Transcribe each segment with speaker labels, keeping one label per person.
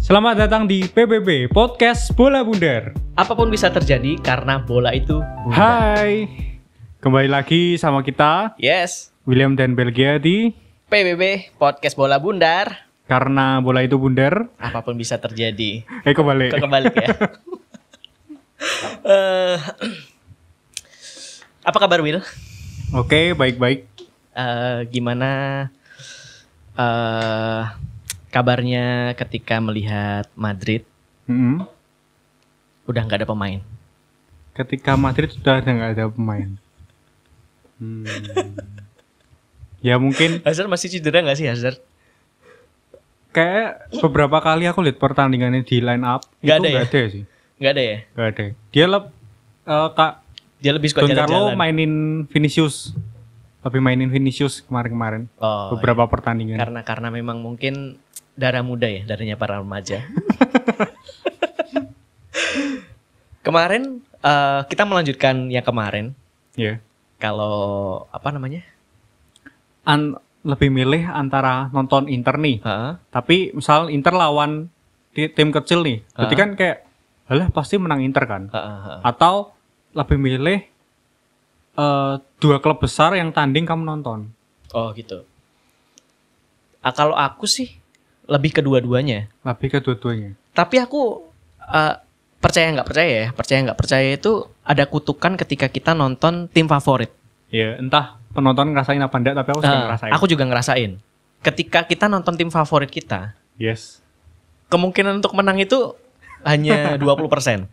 Speaker 1: Selamat datang di PBB Podcast Bola Bundar.
Speaker 2: Apapun bisa terjadi karena bola itu bundar.
Speaker 1: Hai. Kembali lagi sama kita
Speaker 2: Yes,
Speaker 1: William dan Belgia di
Speaker 2: PBB Podcast Bola Bundar.
Speaker 1: karena bola itu bundar.
Speaker 2: Apapun bisa terjadi.
Speaker 1: Eh kembali.
Speaker 2: Kok kebalik ya? Eh, apa kabar Will?
Speaker 1: Oke, baik-baik.
Speaker 2: Eh, gimana eh kabarnya ketika melihat Madrid
Speaker 1: Mm-mm.
Speaker 2: udah nggak ada pemain?
Speaker 1: Ketika Madrid sudah ada nggak ada pemain. Hmm. Ya mungkin
Speaker 2: Hazard masih cedera nggak sih Hazard?
Speaker 1: kayak beberapa kali aku lihat pertandingannya di line up itu
Speaker 2: Nggak ada ya?
Speaker 1: nggak ada sih.
Speaker 2: Nggak ada ya?
Speaker 1: Nggak ada. Dia lep, eh, Kak
Speaker 2: Dia lebih suka
Speaker 1: Don Carlo
Speaker 2: jalan-jalan.
Speaker 1: mainin Vinicius. Tapi mainin Vinicius kemarin-kemarin.
Speaker 2: Oh,
Speaker 1: beberapa pertandingan.
Speaker 2: karena karena memang mungkin darah muda ya darahnya para remaja kemarin eh, kita melanjutkan yang kemarin
Speaker 1: Ya.
Speaker 2: kalau apa namanya
Speaker 1: An lebih milih antara nonton Inter nih.
Speaker 2: Heeh.
Speaker 1: Tapi misal Inter lawan ti- tim kecil nih. Berarti
Speaker 2: Ah.
Speaker 1: kan kayak alah pasti menang Inter kan.
Speaker 2: heeh, heeh.
Speaker 1: Atau lebih milih eh, dua klub besar yang tanding kamu nonton.
Speaker 2: oh gitu Ah, kalau aku sih lebih kedua-duanya
Speaker 1: Lebih ke dua-duanya.
Speaker 2: tapi aku eh, percaya nggak percaya ya percaya nggak percaya itu ada kutukan ketika kita nonton tim favorit
Speaker 1: Ya, entah penonton ngerasain apa enggak, tapi aku suka
Speaker 2: Eh,
Speaker 1: ngerasain.
Speaker 2: aku juga ngerasain ketika kita nonton tim favorit kita
Speaker 1: Yes.
Speaker 2: kemungkinan untuk menang itu hanya 20%.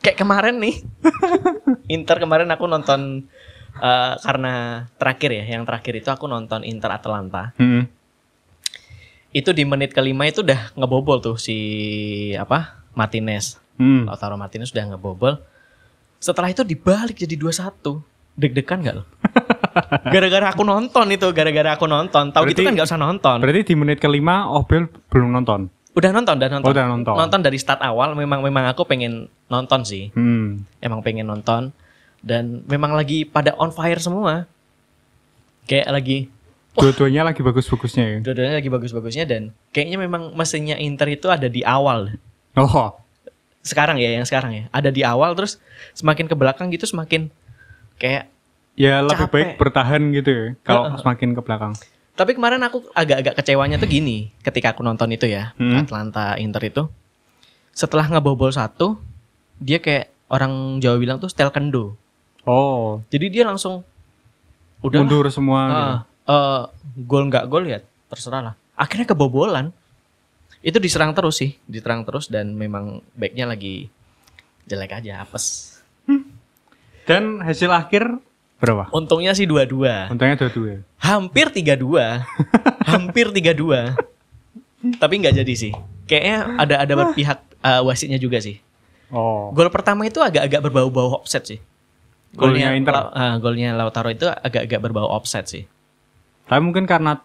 Speaker 2: Kayak kemarin nih. Inter kemarin aku nonton eh, karena terakhir ya, yang terakhir itu aku nonton Inter Atalanta.
Speaker 1: Mm-mm.
Speaker 2: Itu di menit kelima itu udah ngebobol tuh si apa? Martinez.
Speaker 1: Mm.
Speaker 2: Lautaro Martinez udah ngebobol. Setelah itu dibalik jadi 2-1. Deg-degan gak lo? Gara-gara aku nonton itu, gara-gara aku nonton. Tahu gitu
Speaker 1: Berarti-
Speaker 2: kan gak usah nonton.
Speaker 1: Berarti di menit kelima Obel belum nonton.
Speaker 2: Udah nonton, udah nonton.
Speaker 1: Oh, udah nonton.
Speaker 2: Nonton dari start awal memang memang aku pengen nonton sih.
Speaker 1: Hmm.
Speaker 2: Emang pengen nonton dan memang lagi pada on fire semua. Kayak lagi
Speaker 1: Dua-duanya lagi bagus-bagusnya ya.
Speaker 2: dua-duanya lagi bagus-bagusnya dan kayaknya memang mesinnya Inter itu ada di awal.
Speaker 1: Oh,
Speaker 2: Sekarang ya, yang sekarang ya. Ada di awal terus semakin ke belakang gitu semakin kayak
Speaker 1: ya lebih
Speaker 2: Capek.
Speaker 1: baik bertahan gitu ya. Kalau semakin ke belakang.
Speaker 2: Tapi kemarin aku agak-agak kecewanya tuh gini ketika aku nonton itu ya
Speaker 1: Hmm.
Speaker 2: Atlanta Inter itu setelah ngebobol satu dia kayak orang Jawa bilang tuh setel kendo.
Speaker 1: Oh,
Speaker 2: Jadi dia langsung udah
Speaker 1: mundur semua.
Speaker 2: lah,
Speaker 1: gitu.
Speaker 2: ah, eh, gol nggak gol ya terserah lah. Akhirnya kebobolan. Itu diserang terus sih, diterang terus dan memang backnya lagi jelek aja apes.
Speaker 1: Dan hasil akhir berapa?
Speaker 2: Untungnya sih dua-dua.
Speaker 1: Untungnya ya. dua-dua.
Speaker 2: Hampir 32. Hampir 32. Tapi nggak jadi sih. Kayaknya ada ada pihak eh, wasitnya juga sih.
Speaker 1: Oh,
Speaker 2: Gol pertama itu agak-agak berbau-bau offset sih.
Speaker 1: Golnya Inter.
Speaker 2: Lau- eh, golnya Lautaro itu agak-agak berbau offset sih.
Speaker 1: tapi mungkin karena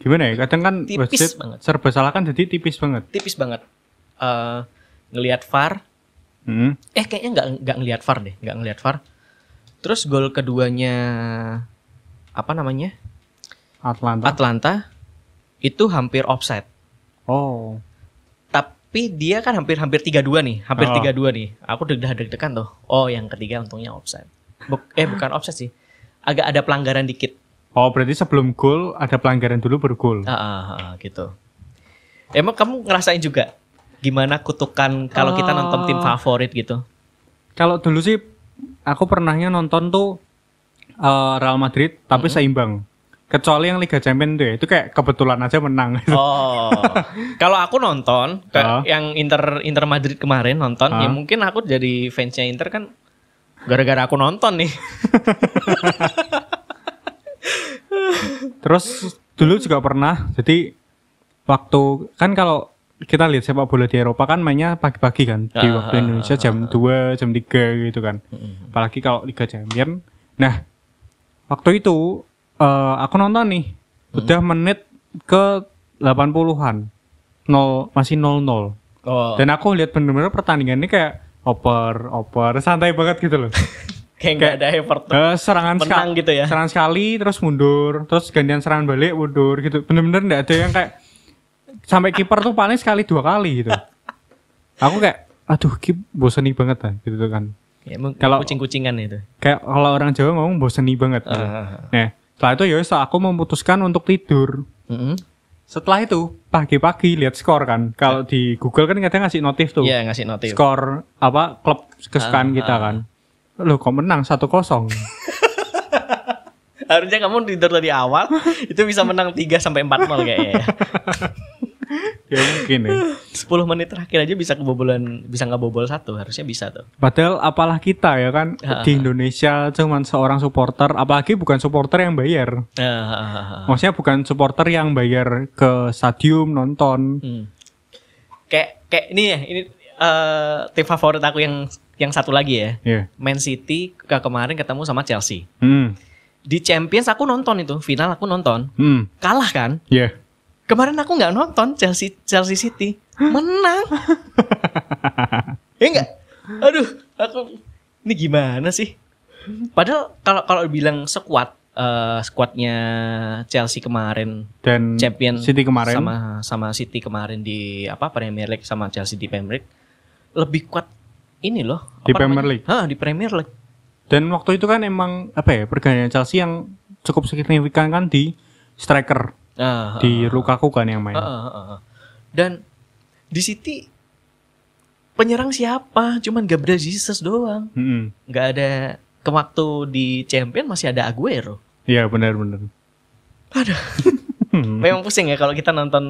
Speaker 1: gimana ya? Kadang kan
Speaker 2: Tipis
Speaker 1: wasit
Speaker 2: banget.
Speaker 1: serba salah kan jadi tipis banget.
Speaker 2: tipis banget eh ngelihat VAR
Speaker 1: Hmm.
Speaker 2: eh kayaknya nggak nggak ngelihat VAR deh nggak ngelihat VAR terus gol keduanya apa namanya
Speaker 1: Atlanta.
Speaker 2: Atlanta itu hampir offside
Speaker 1: oh,
Speaker 2: tapi dia kan hampir hampir 32 nih hampir
Speaker 1: Oh.
Speaker 2: 32 nih aku deg deg-degan tuh oh yang ketiga untungnya offside Buk- eh bukan offside sih agak ada pelanggaran dikit
Speaker 1: oh berarti sebelum gol ada pelanggaran dulu baru gol.
Speaker 2: Ah, ah, ah, ah, gitu emang kamu ngerasain juga gimana kutukan kalau kita nonton tim
Speaker 1: Ah.
Speaker 2: favorit gitu
Speaker 1: Kalau dulu sih aku pernahnya nonton tuh eh, Real Madrid tapi seimbang. Kecuali yang Liga Champions tuh ya, itu kayak kebetulan aja menang.
Speaker 2: Oh, kalau aku nonton ke-
Speaker 1: Oh.
Speaker 2: yang Inter Inter Madrid kemarin nonton, ya
Speaker 1: Oh.
Speaker 2: mungkin aku jadi fansnya Inter kan gara-gara aku nonton nih.
Speaker 1: Terus dulu juga pernah. Jadi waktu kan kalau kita lihat sepak bola di Eropa kan mainnya pagi-pagi kan di
Speaker 2: Ah,
Speaker 1: waktu
Speaker 2: ah,
Speaker 1: Indonesia jam 2, jam 3 gitu kan. Apalagi kalau Liga Champion. Nah, waktu itu eh, aku nonton nih udah menit ke 80-an. 0 masih 0-0.
Speaker 2: Oh,
Speaker 1: Dan aku lihat bener-bener pertandingannya kayak oper, oper, santai banget gitu loh.
Speaker 2: kayak nggak ada effort untuk
Speaker 1: Eh, serangan sekali.
Speaker 2: menang gitu ya.
Speaker 1: serangan sekali terus mundur terus gantian serangan balik mundur gitu bener-bener nggak ada yang kayak sampai kiper tuh paling sekali dua kali gitu. Aku kayak aduh kip bosenin banget lah gitu kan.
Speaker 2: Ya, emang
Speaker 1: Kalau-
Speaker 2: kucing-kucingan itu.
Speaker 1: Kayak kalau orang Jawa ngomong bosenin banget. gitu.
Speaker 2: Ah.
Speaker 1: Nah, setelah itu ya wis, aku memutuskan untuk tidur.
Speaker 2: Mm-mm.
Speaker 1: Setelah itu pagi-pagi lihat skor kan. Kalau di Google kan kadang ngasih notif tuh.
Speaker 2: Ah. Iya ngasih notif.
Speaker 1: Skor apa klub kesukaan
Speaker 2: Ah,
Speaker 1: kita
Speaker 2: ah.
Speaker 1: kan. Loh kok menang 1-0.
Speaker 2: Harusnya kamu tidur dari awal itu bisa menang 3 sampai 4 nol kayaknya. ya.
Speaker 1: ya mungkin ya.
Speaker 2: 10 menit terakhir aja bisa kebobolan bisa nggak bobol satu harusnya bisa tuh.
Speaker 1: Padahal apalah kita ya kan
Speaker 2: Ah,
Speaker 1: di Indonesia cuman seorang supporter, apalagi bukan supporter yang bayar.
Speaker 2: Ah, ah, ah, ah.
Speaker 1: Maksudnya bukan supporter yang bayar ke stadium nonton.
Speaker 2: Hmm. Kayak kayak ini ya, ini eh, tim favorit aku yang yang satu lagi ya.
Speaker 1: Ya.
Speaker 2: Man City ke- kemarin ketemu sama Chelsea.
Speaker 1: Hmm.
Speaker 2: Di Champions aku nonton itu, final aku nonton.
Speaker 1: Hmm.
Speaker 2: Kalah kan?
Speaker 1: Ya.
Speaker 2: Kemarin aku nggak nonton Chelsea Chelsea City. Menang. ya enggak? Aduh, aku ini gimana sih? Padahal kalau kalau bilang sekuat eh squadnya Chelsea kemarin
Speaker 1: Dan
Speaker 2: champion
Speaker 1: City kemarin
Speaker 2: sama sama City kemarin di apa Premier League sama Chelsea di Premier League lebih kuat ini loh
Speaker 1: Di
Speaker 2: apa
Speaker 1: Premier
Speaker 2: namanya?
Speaker 1: League?
Speaker 2: Hah, di Premier League
Speaker 1: Dan waktu itu kan emang apa ya pergantian Chelsea yang cukup signifikan kan di striker
Speaker 2: Ah,
Speaker 1: di Lukaku kan yang main.
Speaker 2: ah, ah, ah, ah. dan di City penyerang siapa cuman Gabriel Jesus doang
Speaker 1: Mm-mm.
Speaker 2: nggak ada ke waktu di Champion masih ada Aguero
Speaker 1: Iya benar-benar.
Speaker 2: aduh memang pusing ya kalau kita nonton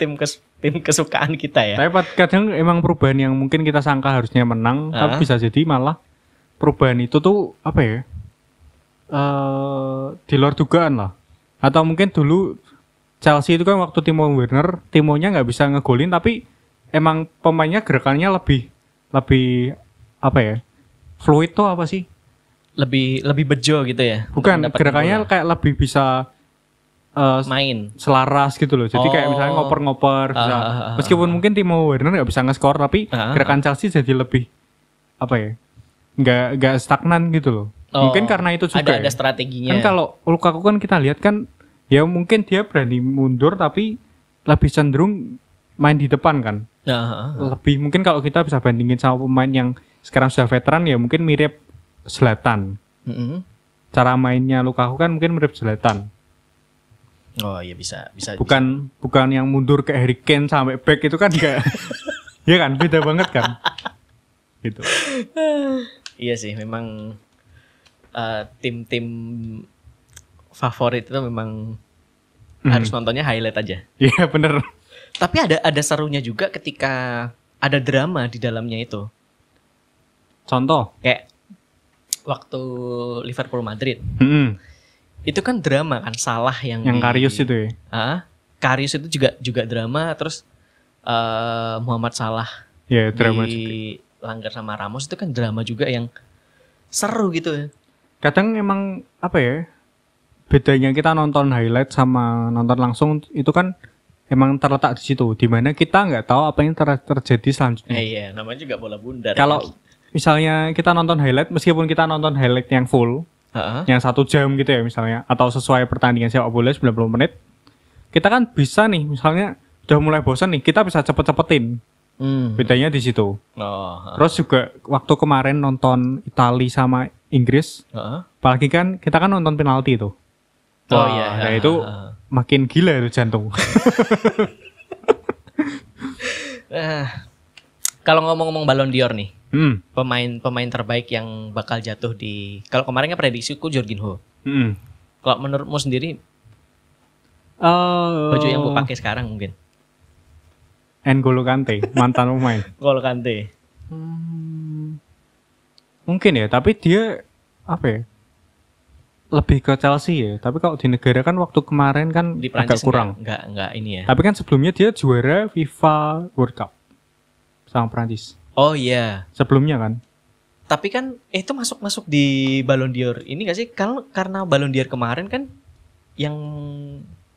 Speaker 2: tim kes- tim kesukaan kita ya
Speaker 1: Tapi pad- kadang emang perubahan yang mungkin kita sangka harusnya menang, tapi
Speaker 2: Ah.
Speaker 1: bisa jadi malah perubahan itu tuh apa ya? eh di luar dugaan lah. Atau mungkin dulu Chelsea itu kan waktu Timo Werner, Timonya nggak bisa ngegolin tapi emang pemainnya gerakannya lebih lebih apa ya? Fluid tuh apa sih?
Speaker 2: lebih lebih bejo gitu ya untuk
Speaker 1: Bukan
Speaker 2: mendapatkan
Speaker 1: gerakannya
Speaker 2: bola.
Speaker 1: kayak lebih bisa eh,
Speaker 2: main
Speaker 1: selaras gitu loh. Jadi kayak
Speaker 2: Oh.
Speaker 1: misalnya ngoper-ngoper
Speaker 2: Ah,
Speaker 1: bisa.
Speaker 2: ah, ah, ah,
Speaker 1: Meskipun mungkin Timo Werner nggak bisa nge-score tapi
Speaker 2: Ah, ah,
Speaker 1: gerakan Chelsea jadi lebih apa ya? nggak nggak stagnan gitu loh.
Speaker 2: Oh,
Speaker 1: mungkin karena itu juga.
Speaker 2: ada
Speaker 1: ya.
Speaker 2: ada strateginya
Speaker 1: Kan kalau Lukaku kan kita lihat kan ya mungkin dia berani mundur tapi lebih cenderung main di depan kan.
Speaker 2: Nah, heeh.
Speaker 1: Lebih mungkin kalau kita bisa bandingin sama pemain yang sekarang sudah veteran ya mungkin mirip Selatan.
Speaker 2: Mm-mm.
Speaker 1: Cara mainnya Lukaku kan mungkin mirip Selatan.
Speaker 2: oh iya bisa bisa
Speaker 1: bukan bukan yang mundur ke Harry Kane sampai back itu kan enggak ya kan beda banget kan gitu
Speaker 2: bisa. iya sih memang eh, tim-tim favorit itu memang
Speaker 1: Mm-hmm.
Speaker 2: harus nontonnya highlight aja
Speaker 1: iya bener
Speaker 2: tapi ada ada serunya juga ketika ada drama di dalamnya itu
Speaker 1: contoh
Speaker 2: kayak waktu Liverpool Madrid
Speaker 1: Mm-mm.
Speaker 2: itu kan drama kan salah yang
Speaker 1: yang
Speaker 2: di-
Speaker 1: Karius itu ya
Speaker 2: Ah, Karius itu juga juga drama terus eh, Muhammad Salah
Speaker 1: ya drama juga.
Speaker 2: di Langgar sama Ramos itu kan drama juga yang seru gitu.
Speaker 1: kadang emang apa ya bedanya kita nonton highlight sama nonton langsung itu kan emang terletak di situ dimana kita nggak tahu apa yang ter- terjadi selanjutnya
Speaker 2: Eh, iya, namanya juga bola bundar.
Speaker 1: kalau misalnya kita nonton highlight meskipun kita nonton highlight yang full
Speaker 2: Heeh.
Speaker 1: yang satu jam gitu ya misalnya atau sesuai pertandingan sepak bola 90 menit kita kan bisa nih misalnya udah mulai bosan nih kita bisa cepet-cepetin
Speaker 2: Hmm.
Speaker 1: bedanya di situ
Speaker 2: Oh. heeh.
Speaker 1: terus juga waktu kemarin nonton Itali sama Inggris
Speaker 2: Heeh.
Speaker 1: apalagi kan kita kan nonton penalti tuh
Speaker 2: Oh
Speaker 1: Wah,
Speaker 2: iya.
Speaker 1: nah itu
Speaker 2: heeh.
Speaker 1: makin gila itu jantung
Speaker 2: Eh, kalau ngomong-ngomong Ballon d'Or nih,
Speaker 1: Hmm,
Speaker 2: pemain-pemain terbaik yang bakal jatuh di kalau kemarin kan prediksiku Jorginho.
Speaker 1: hmm.
Speaker 2: Kalau menurutmu sendiri
Speaker 1: Eh,
Speaker 2: baju yang gue pakai sekarang mungkin
Speaker 1: N'Golo Kante mantan pemain
Speaker 2: Gol Kante.
Speaker 1: Hmm, mungkin ya, tapi dia apa ya? Lebih ke Chelsea ya. Tapi kalau di negara kan waktu kemarin kan
Speaker 2: Di
Speaker 1: agak
Speaker 2: Prancis
Speaker 1: kurang.
Speaker 2: Enggak, enggak ini ya.
Speaker 1: Tapi kan sebelumnya dia juara FIFA World Cup sama Prancis.
Speaker 2: Oh iya.
Speaker 1: Sebelumnya kan.
Speaker 2: Tapi kan eh, itu masuk-masuk di Ballon d'Or. Ini gak sih kalau karena Ballon d'Or kemarin kan yang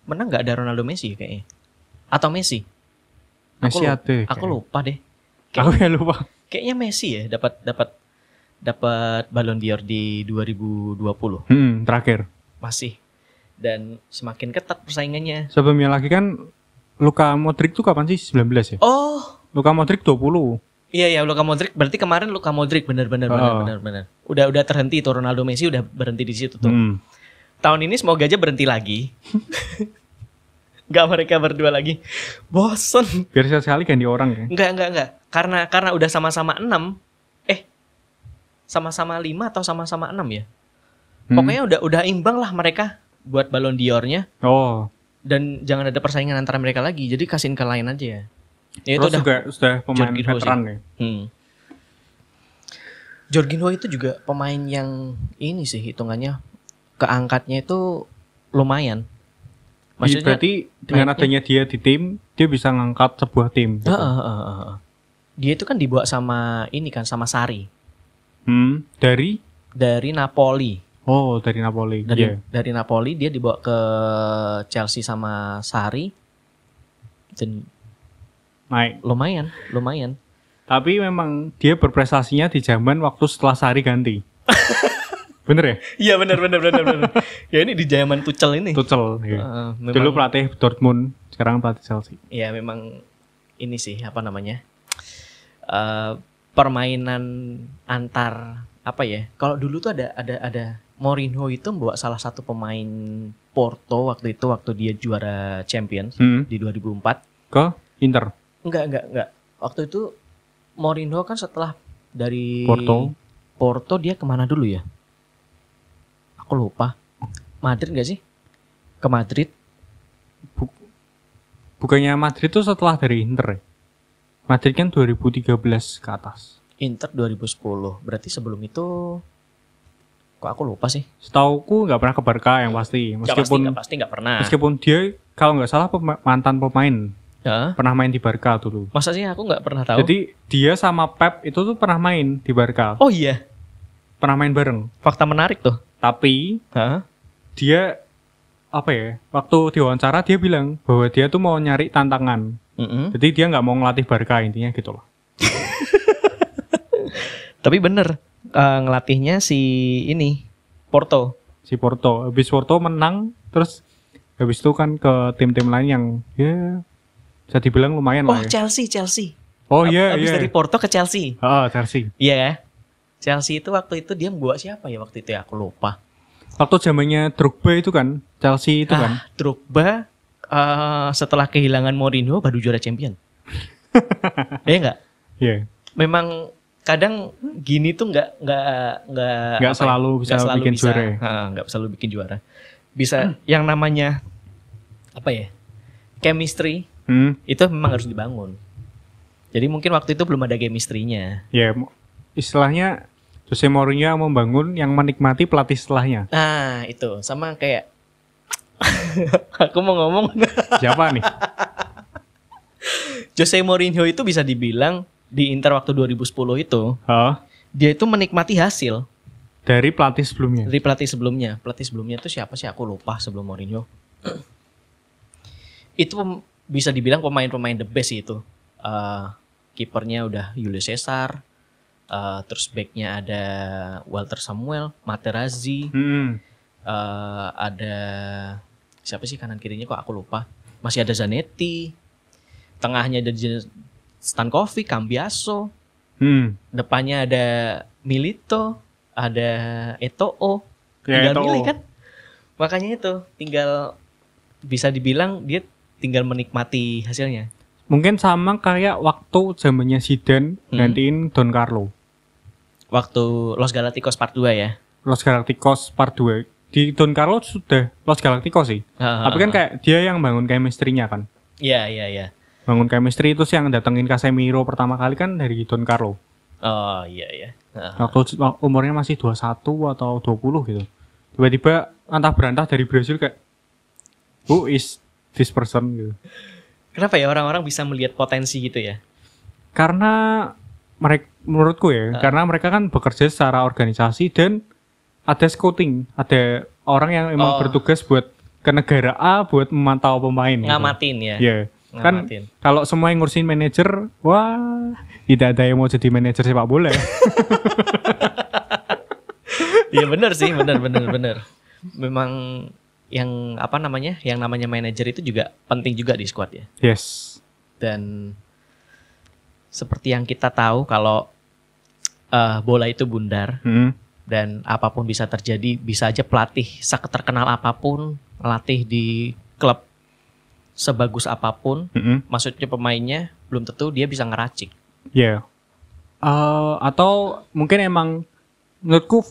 Speaker 2: menang nggak ada Ronaldo Messi ya, kayaknya. Atau Messi? Aku
Speaker 1: Messi
Speaker 2: lu-
Speaker 1: ada.
Speaker 2: Aku lupa deh.
Speaker 1: kayaknya. Aku ya lupa.
Speaker 2: Kayaknya Messi ya dapat dapat dapat Ballon d'Or di 2020
Speaker 1: Hmm, terakhir.
Speaker 2: masih dan semakin ketat persaingannya.
Speaker 1: Sebelumnya lagi kan Luka Modric tuh kapan sih? 19 ya?
Speaker 2: Oh,
Speaker 1: Luka Modric 20.
Speaker 2: iya ya Luka Modric. Berarti kemarin Luka Modric benar-benar
Speaker 1: Oh.
Speaker 2: benar-benar. Udah udah terhenti itu Ronaldo Messi udah berhenti di situ tuh.
Speaker 1: Hmm.
Speaker 2: Tahun ini semoga aja berhenti lagi. Gak mereka berdua lagi. Bosen.
Speaker 1: Biar sekali ganti orang ya.
Speaker 2: Enggak, enggak, enggak. Karena karena udah sama-sama 6. Eh. Sama-sama 5 atau sama-sama 6 ya?
Speaker 1: Hmm.
Speaker 2: Pokoknya udah udah imbang lah mereka buat Ballon d'Or-nya
Speaker 1: Oh.
Speaker 2: dan jangan ada persaingan antara mereka lagi. Jadi kasihin ke lain aja ya. Ya itu
Speaker 1: Terus
Speaker 2: udah.
Speaker 1: juga sudah pemain
Speaker 2: Jorginho sih.
Speaker 1: veteran ya.
Speaker 2: Hmm. Jorginho itu juga pemain yang ini sih hitungannya keangkatnya itu lumayan.
Speaker 1: Maksudnya,
Speaker 2: Maksudnya
Speaker 1: berarti dengan
Speaker 2: mainnya-
Speaker 1: adanya dia di tim, dia bisa ngangkat sebuah tim. gitu.
Speaker 2: Heeh, heeh, heeh, heeh. Dia itu kan dibawa sama ini kan sama Sari
Speaker 1: Hmm. Dari
Speaker 2: dari Napoli.
Speaker 1: Oh, dari Napoli.
Speaker 2: Dari
Speaker 1: Iya.
Speaker 2: dari Napoli dia dibawa ke Chelsea sama Sari. Dan
Speaker 1: Naik.
Speaker 2: lumayan, lumayan.
Speaker 1: Tapi memang dia berprestasinya di zaman waktu setelah Sari ganti. Bener ya?
Speaker 2: Iya benar benar benar benar. ya ini di zaman Tuchel ini.
Speaker 1: Tuchel. ya.
Speaker 2: Heeh, memang-
Speaker 1: Dulu pelatih Dortmund, sekarang pelatih Chelsea.
Speaker 2: ya memang ini sih apa namanya eh permainan antar apa ya kalau dulu tuh ada ada ada Mourinho itu membawa salah satu pemain Porto waktu itu waktu dia juara Champions
Speaker 1: Hmm.
Speaker 2: di 2004
Speaker 1: Ke Inter.
Speaker 2: enggak enggak enggak waktu itu Mourinho kan setelah dari
Speaker 1: Porto.
Speaker 2: Porto dia kemana dulu ya aku lupa Madrid enggak sih ke Madrid
Speaker 1: Bukannya Madrid tuh setelah dari Inter ya? Madrid kan 2013 ke atas.
Speaker 2: Inter 2010 berarti sebelum itu kok aku lupa sih
Speaker 1: Setauku nggak pernah ke Barca yang pasti.
Speaker 2: Nggak pasti,
Speaker 1: Meskipun
Speaker 2: nggak pasti nggak pernah.
Speaker 1: meskipun dia kalau nggak salah pema- mantan pemain
Speaker 2: Hah?
Speaker 1: pernah main di Barca dulu.
Speaker 2: Masa sih aku nggak pernah tahu?
Speaker 1: Jadi dia sama Pep itu tuh pernah main di Barca,
Speaker 2: oh iya,
Speaker 1: pernah main bareng.
Speaker 2: fakta menarik tuh.
Speaker 1: Tapi
Speaker 2: Hah?
Speaker 1: dia apa ya? Waktu diwawancara dia bilang bahwa dia tuh mau nyari tantangan.
Speaker 2: Mm-mm.
Speaker 1: Jadi dia nggak mau ngelatih Barca intinya gitu loh.
Speaker 2: Tapi bener eh, ngelatihnya si ini Porto.
Speaker 1: si Porto. Habis Porto menang, terus habis itu kan ke tim-tim lain yang ya bisa dibilang lumayan
Speaker 2: Oh
Speaker 1: lah ya.
Speaker 2: Chelsea, Chelsea.
Speaker 1: Oh
Speaker 2: Ab-
Speaker 1: iya
Speaker 2: Abis
Speaker 1: iya.
Speaker 2: dari Porto ke Chelsea.
Speaker 1: Ah, Chelsea.
Speaker 2: Iya ya. Chelsea itu waktu itu dia membawa siapa ya waktu itu ya aku lupa.
Speaker 1: Waktu zamannya Drogba itu kan, Chelsea itu kan.
Speaker 2: Ah, Drogba eh, setelah kehilangan Mourinho baru juara champion. Iya nggak?
Speaker 1: Iya.
Speaker 2: memang kadang gini tuh nggak nggak nggak
Speaker 1: Nggak
Speaker 2: apa ya,
Speaker 1: selalu bisa
Speaker 2: nggak
Speaker 1: bikin juara ya? Hmm.
Speaker 2: Ha, nggak selalu bikin juara bisa yang namanya apa ya chemistry
Speaker 1: Hmm,
Speaker 2: itu memang harus dibangun jadi mungkin waktu itu belum ada chemistry-nya
Speaker 1: ya mo- istilahnya Jose Mourinho membangun yang menikmati pelatih setelahnya.
Speaker 2: nah itu sama kayak aku mau ngomong
Speaker 1: Siapa nih?
Speaker 2: Jose Mourinho itu bisa dibilang di Inter waktu 2010 itu
Speaker 1: Ah,
Speaker 2: dia itu menikmati hasil
Speaker 1: dari pelatih sebelumnya.
Speaker 2: Dari pelatih sebelumnya, pelatih sebelumnya itu siapa sih? Aku lupa sebelum Mourinho. itu pem- bisa dibilang pemain-pemain the best sih itu. Eh, Kipernya udah Julio Cesar, eh, terus backnya ada Walter Samuel, Materazzi,
Speaker 1: Hmm.
Speaker 2: eh, ada siapa sih kanan kirinya kok aku lupa. Masih ada Zanetti, tengahnya ada Jan- Stankovic, Cambiaso,
Speaker 1: Hmm.
Speaker 2: depannya ada Milito, ada Eto'o,
Speaker 1: Ya,
Speaker 2: tinggal
Speaker 1: itu.
Speaker 2: milih kan. Makanya itu tinggal bisa dibilang dia tinggal menikmati hasilnya.
Speaker 1: Mungkin sama kayak waktu zamannya Zidane
Speaker 2: Hmm.
Speaker 1: gantiin Don Carlo.
Speaker 2: Waktu Los Galacticos part 2 ya.
Speaker 1: Los Galacticos Part 2. Di Don Carlo sudah Los Galacticos sih.
Speaker 2: Ah,
Speaker 1: Tapi kan kayak dia yang bangun chemistry-nya kan.
Speaker 2: Iya, iya, iya.
Speaker 1: Bangun chemistry itu sih yang datengin Casemiro pertama kali kan dari Don Carlo.
Speaker 2: Oh, iya, iya. Ha, ha.
Speaker 1: Waktu umurnya masih 21 atau 20 gitu. Tiba-tiba antah berantah dari Brazil kayak who is this person gitu.
Speaker 2: Kenapa ya orang-orang bisa melihat potensi gitu ya?
Speaker 1: Karena mereka menurutku ya,
Speaker 2: Ah.
Speaker 1: karena mereka kan bekerja secara organisasi dan ada scouting, ada orang yang emang
Speaker 2: Oh.
Speaker 1: bertugas buat ke negara A buat memantau pemain. gitu.
Speaker 2: Ngamatin ya.
Speaker 1: Iya. Kan
Speaker 2: Ngamatin.
Speaker 1: kalau semua yang ngurusin manajer, wah, tidak ada yang mau jadi manajer sepak bola.
Speaker 2: Iya benar sih, benar benar benar. Memang yang apa namanya yang namanya manajer itu juga penting juga di squad ya
Speaker 1: Yes.
Speaker 2: dan seperti yang kita tahu kalau eh, bola itu bundar
Speaker 1: Mm.
Speaker 2: dan apapun bisa terjadi bisa aja pelatih terkenal apapun latih di klub sebagus apapun
Speaker 1: Mm-mm.
Speaker 2: maksudnya pemainnya belum tentu dia bisa ngeracik
Speaker 1: Ya. Eh, atau mungkin emang menurutku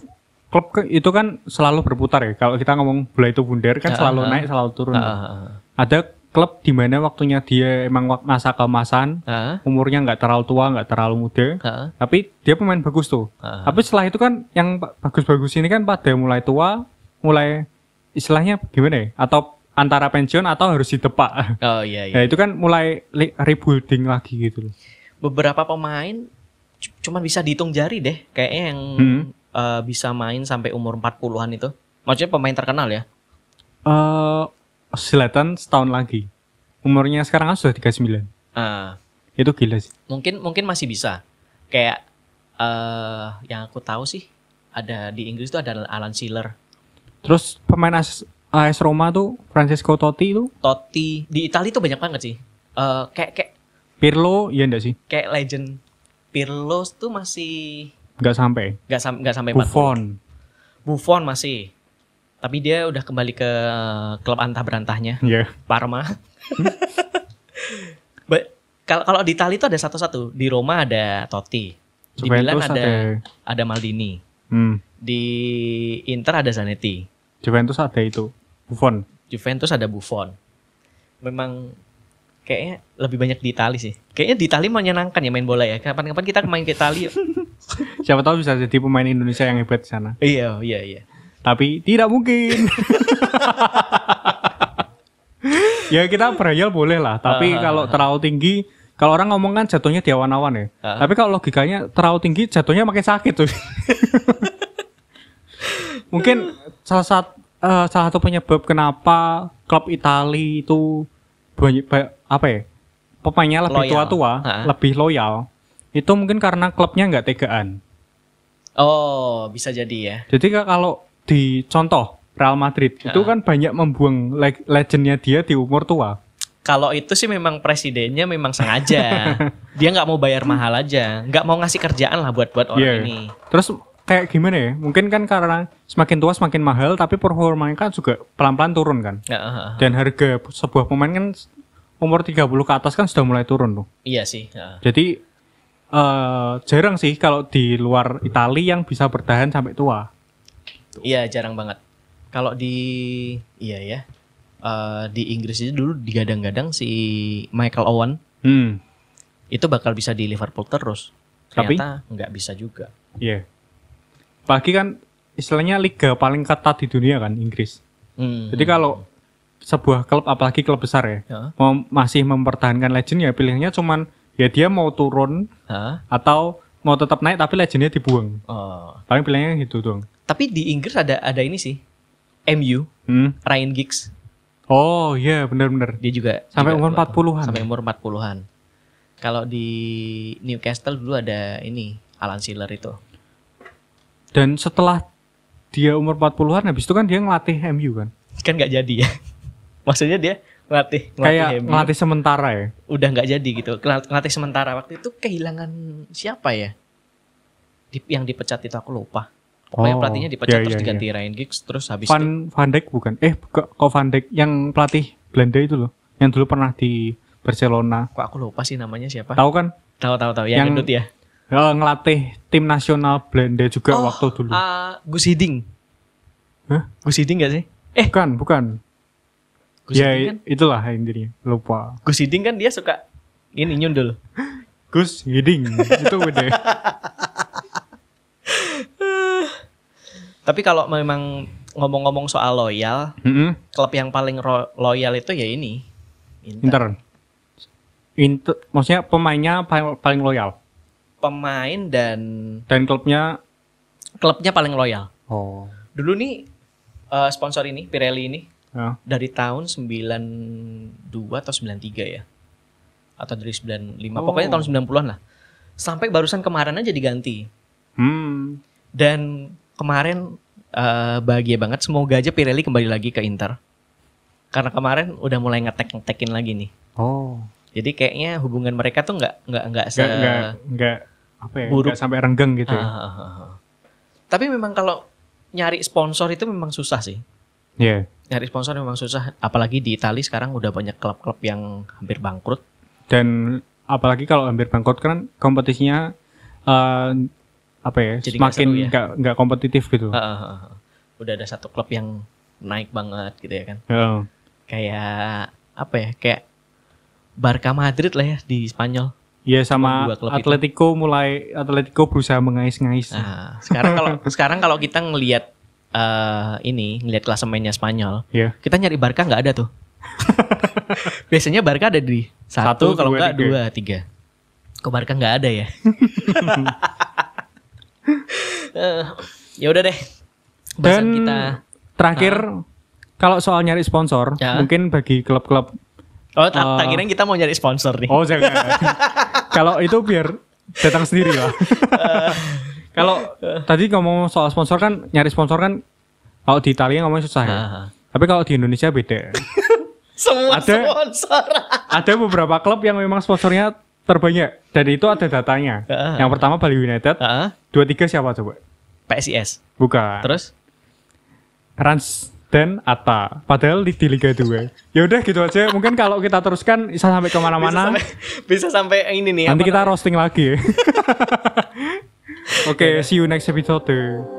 Speaker 1: klub ke- itu kan selalu berputar ya. Kalau kita ngomong bola itu bundar kan
Speaker 2: Ah,
Speaker 1: selalu
Speaker 2: ah.
Speaker 1: naik, selalu turun.
Speaker 2: Heeh.
Speaker 1: Ada klub di mana waktunya dia emang wak- masa keemasan,
Speaker 2: Heeh.
Speaker 1: umurnya nggak terlalu tua, nggak terlalu muda,
Speaker 2: Heeh.
Speaker 1: tapi dia pemain bagus tuh.
Speaker 2: Heeh.
Speaker 1: Tapi setelah itu kan yang pa- bagus-bagus ini kan pada mulai tua, mulai istilahnya gimana ya? Atau antara pensiun atau harus didepak.
Speaker 2: oh iya
Speaker 1: Ya
Speaker 2: iya
Speaker 1: itu kan mulai li- rebuilding lagi gitu loh.
Speaker 2: beberapa pemain c- cuman bisa dihitung jari deh kayaknya yang
Speaker 1: Hmm.
Speaker 2: eh, bisa main sampai umur 40-an itu. Maksudnya pemain terkenal ya.
Speaker 1: eh Zlatan setahun lagi. Umurnya sekarang kan sudah 39.
Speaker 2: Ah,
Speaker 1: Itu gila sih.
Speaker 2: mungkin mungkin masih bisa. Kayak eh yang aku tahu sih ada di Inggris itu ada Alan Shearer,
Speaker 1: Terus pemain AS, AS Roma tuh Francesco Totti itu
Speaker 2: Totti. Di Italia itu banyak banget sih. Eh kayak kayak
Speaker 1: Pirlo ya enggak sih?
Speaker 2: kayak legend Pirlo tuh masih
Speaker 1: Enggak sampai.
Speaker 2: nggak sam nggak sampai 40.
Speaker 1: Buffon.
Speaker 2: Buffon masih. Tapi dia udah kembali ke klub antah berantahnya.
Speaker 1: Ya.
Speaker 2: Parma. Ba- Kalau kalau di Itali itu ada satu-satu. Di Roma ada Totti, di Milan
Speaker 1: Juventus ada,
Speaker 2: ada ada Maldini,
Speaker 1: hmm,
Speaker 2: di Inter ada Zanetti,
Speaker 1: Juventus ada itu. Buffon.
Speaker 2: Juventus ada Buffon. Memang kayaknya lebih banyak di Itali sih. Kayaknya di Itali menyenangkan ya main bola ya. Kapan-kapan kita main ke Itali. yuk.
Speaker 1: Siapa tahu bisa jadi pemain Indonesia yang hebat di sana.
Speaker 2: iya, iya, iya.
Speaker 1: Tapi tidak mungkin. ya kita berhayal boleh lah, tapi
Speaker 2: Ah.
Speaker 1: kalau terlalu tinggi, kalau orang ngomong kan jatuhnya di awan-awan ya.
Speaker 2: Ah.
Speaker 1: Tapi kalau logikanya terlalu tinggi, jatuhnya makin sakit tuh. Mungkin salah satu salah satu penyebab kenapa klub Itali itu banyak ba- apa ya? Pemainnya lebih
Speaker 2: Loyal.
Speaker 1: tua-tua,
Speaker 2: Ah.
Speaker 1: lebih loyal. Itu mungkin karena klubnya nggak tegaan.
Speaker 2: Oh, bisa jadi ya.
Speaker 1: Jadi ka- kalau di contoh Real Madrid itu kan banyak membuang leg- legendnya dia di umur tua.
Speaker 2: Kalau itu sih memang presidennya memang sengaja. Dia nggak mau bayar mahal aja, nggak mau ngasih kerjaan lah buat buat
Speaker 1: Iya.
Speaker 2: orang ini.
Speaker 1: Terus kayak gimana ya? Mungkin kan karena semakin tua semakin mahal, tapi performanya kan juga pelan-pelan turun kan.
Speaker 2: Nggak, ah, ah, ah.
Speaker 1: Dan harga sebuah pemain kan s- umur 30 ke atas kan sudah mulai turun tuh.
Speaker 2: Iya sih. ah.
Speaker 1: Jadi eh, jarang sih kalau di luar Italia yang bisa bertahan sampai tua.
Speaker 2: Iya jarang banget. Kalau di iya ya Eh, di Inggris itu dulu digadang-gadang si Michael Owen
Speaker 1: Hmm,
Speaker 2: itu bakal bisa di Liverpool terus.
Speaker 1: Tapi?
Speaker 2: Ternyata nggak bisa juga.
Speaker 1: iya. Apalagi kan istilahnya liga paling ketat di dunia kan Inggris.
Speaker 2: Hmm.
Speaker 1: Jadi kan- kalau sebuah klub apalagi klub besar ya,
Speaker 2: Ya.
Speaker 1: mau masih mempertahankan legend ya pilihannya cuman ya dia mau turun
Speaker 2: Hah?
Speaker 1: atau mau tetap naik tapi legendnya dibuang.
Speaker 2: Oh.
Speaker 1: Paling pilihannya gitu dong.
Speaker 2: Tapi di Inggris ada ada ini sih MU
Speaker 1: Hmm.
Speaker 2: Ryan Giggs
Speaker 1: Oh iya bener-bener.
Speaker 2: dia juga
Speaker 1: Sampai umur
Speaker 2: juga
Speaker 1: ya?
Speaker 2: tua.
Speaker 1: 40-an.
Speaker 2: Sampai umur 40-an. Kalau di Newcastle dulu ada ini Alan Shearer itu.
Speaker 1: Dan setelah dia umur 40-an habis itu kan dia ngelatih MU kan.
Speaker 2: Kan nggak jadi ya. Maksudnya dia ngelatih ngelatih
Speaker 1: Kayak
Speaker 2: MU.
Speaker 1: ngelatih sementara ya.
Speaker 2: udah nggak jadi gitu Ngelat- ngelatih sementara waktu itu kehilangan siapa ya Di- yang dipecat itu aku lupa pokoknya
Speaker 1: Oh,
Speaker 2: pelatihnya dipecat
Speaker 1: iya,
Speaker 2: terus
Speaker 1: iya,
Speaker 2: diganti Ryan Giggs terus habis itu
Speaker 1: Van Van Dijk bukan? Eh kok kok Van Dijk yang pelatih Belanda itu loh, yang dulu pernah di Barcelona.
Speaker 2: kok aku lupa sih namanya siapa
Speaker 1: Tahu kan
Speaker 2: tahu tahu tahu
Speaker 1: Yang-
Speaker 2: yang, gendut ya
Speaker 1: Eh, ngelatih tim nasional Belanda juga
Speaker 2: Oh,
Speaker 1: waktu dulu.
Speaker 2: ah, Gus Hiding
Speaker 1: Hah?
Speaker 2: Gus Hiding gak sih eh
Speaker 1: Bukan, bukan.
Speaker 2: Gus
Speaker 1: ya
Speaker 2: Hiding kan
Speaker 1: itulah intinya. Lupa.
Speaker 2: Gus Hiding kan dia suka ini nyundul
Speaker 1: Gus Hiding itu beda.
Speaker 2: tapi kalau memang ngomong-ngomong soal loyal
Speaker 1: Mm-mm.
Speaker 2: klub yang paling ro- loyal itu ya ini Inter.
Speaker 1: Inter. Inter, maksudnya pemainnya paling, paling loyal
Speaker 2: pemain dan
Speaker 1: dan klubnya.
Speaker 2: klubnya paling loyal
Speaker 1: Oh.
Speaker 2: Dulu nih eh, sponsor ini Pirelli ini
Speaker 1: Ya.
Speaker 2: dari tahun 92 atau 93 ya. Atau dari 95.
Speaker 1: Oh.
Speaker 2: Pokoknya tahun 90-an lah. Sampai barusan kemarin aja diganti.
Speaker 1: Hmm.
Speaker 2: Dan kemarin eh, bahagia banget semoga aja Pirelli kembali lagi ke Inter. karena kemarin udah mulai ngetek ngetekin lagi nih.
Speaker 1: Oh.
Speaker 2: Jadi kayaknya hubungan mereka tuh nggak nggak nggak gitu se
Speaker 1: Enggak enggak enggak apa ya?
Speaker 2: buruk.
Speaker 1: nggak sampai renggang gitu.
Speaker 2: Ah,
Speaker 1: ya.
Speaker 2: ah, ah, ah. Tapi memang kalau nyari sponsor itu memang susah sih.
Speaker 1: Iya.
Speaker 2: Nyari sponsor memang susah, apalagi di Italia sekarang udah banyak klub-klub yang hampir bangkrut.
Speaker 1: Dan apalagi kalau hampir bangkrut kan kompetisinya eh, apa ya?
Speaker 2: Jadi nggak
Speaker 1: semakin
Speaker 2: seru ya.
Speaker 1: nggak nggak kompetitif gitu.
Speaker 2: Ah, ah, ah, ah. Udah ada satu klub yang naik banget gitu ya kan.
Speaker 1: Heeh.
Speaker 2: Kayak apa ya? Kayak Barca Madrid lah ya di Spanyol.
Speaker 1: Iya
Speaker 2: Cuma
Speaker 1: sama
Speaker 2: dua klub itu.
Speaker 1: Atletico mulai Atletico berusaha mengais-ngais.
Speaker 2: Nah, sekarang kalau sekarang kalau kita ngelihat eh ini ngelihat klasemennya Spanyol,
Speaker 1: Iya.
Speaker 2: kita nyari Barca nggak ada tuh. Biasanya Barca ada di
Speaker 1: Satu,
Speaker 2: satu, kalau
Speaker 1: dua,
Speaker 2: nggak
Speaker 1: tiga.
Speaker 2: dua tiga. Kok Barca nggak ada ya? Eh, ya udah deh. Bahasan
Speaker 1: Dan
Speaker 2: kita. Nah.
Speaker 1: terakhir kalau soal nyari sponsor,
Speaker 2: Ya.
Speaker 1: mungkin bagi klub-klub
Speaker 2: Oh, tak,
Speaker 1: eh,
Speaker 2: tak kirain kita mau nyari sponsor nih.
Speaker 1: Oh jangan. Kalau itu biar datang sendiri lah. Kalau tadi ngomong soal sponsor kan nyari sponsor kan kalau di Italia ngomongnya susah ya.
Speaker 2: Ah.
Speaker 1: Tapi kalau di Indonesia beda.
Speaker 2: Semua
Speaker 1: Ada.
Speaker 2: sponsor.
Speaker 1: ada beberapa klub yang memang sponsornya terbanyak dan itu ada datanya.
Speaker 2: Ah.
Speaker 1: Yang pertama Bali United,
Speaker 2: Ah,
Speaker 1: 23 siapa coba?
Speaker 2: PSIS.
Speaker 1: Bukan.
Speaker 2: Terus?
Speaker 1: Rans dan Ata. Padahal di, di Liga 2. ya udah gitu aja. Mungkin kalau kita teruskan bisa sampai kemana-mana.
Speaker 2: Bisa sampai, bisa sampai ini ya, nih.
Speaker 1: Nanti
Speaker 2: apa
Speaker 1: kita roasting lagi. Oke, see you next episode.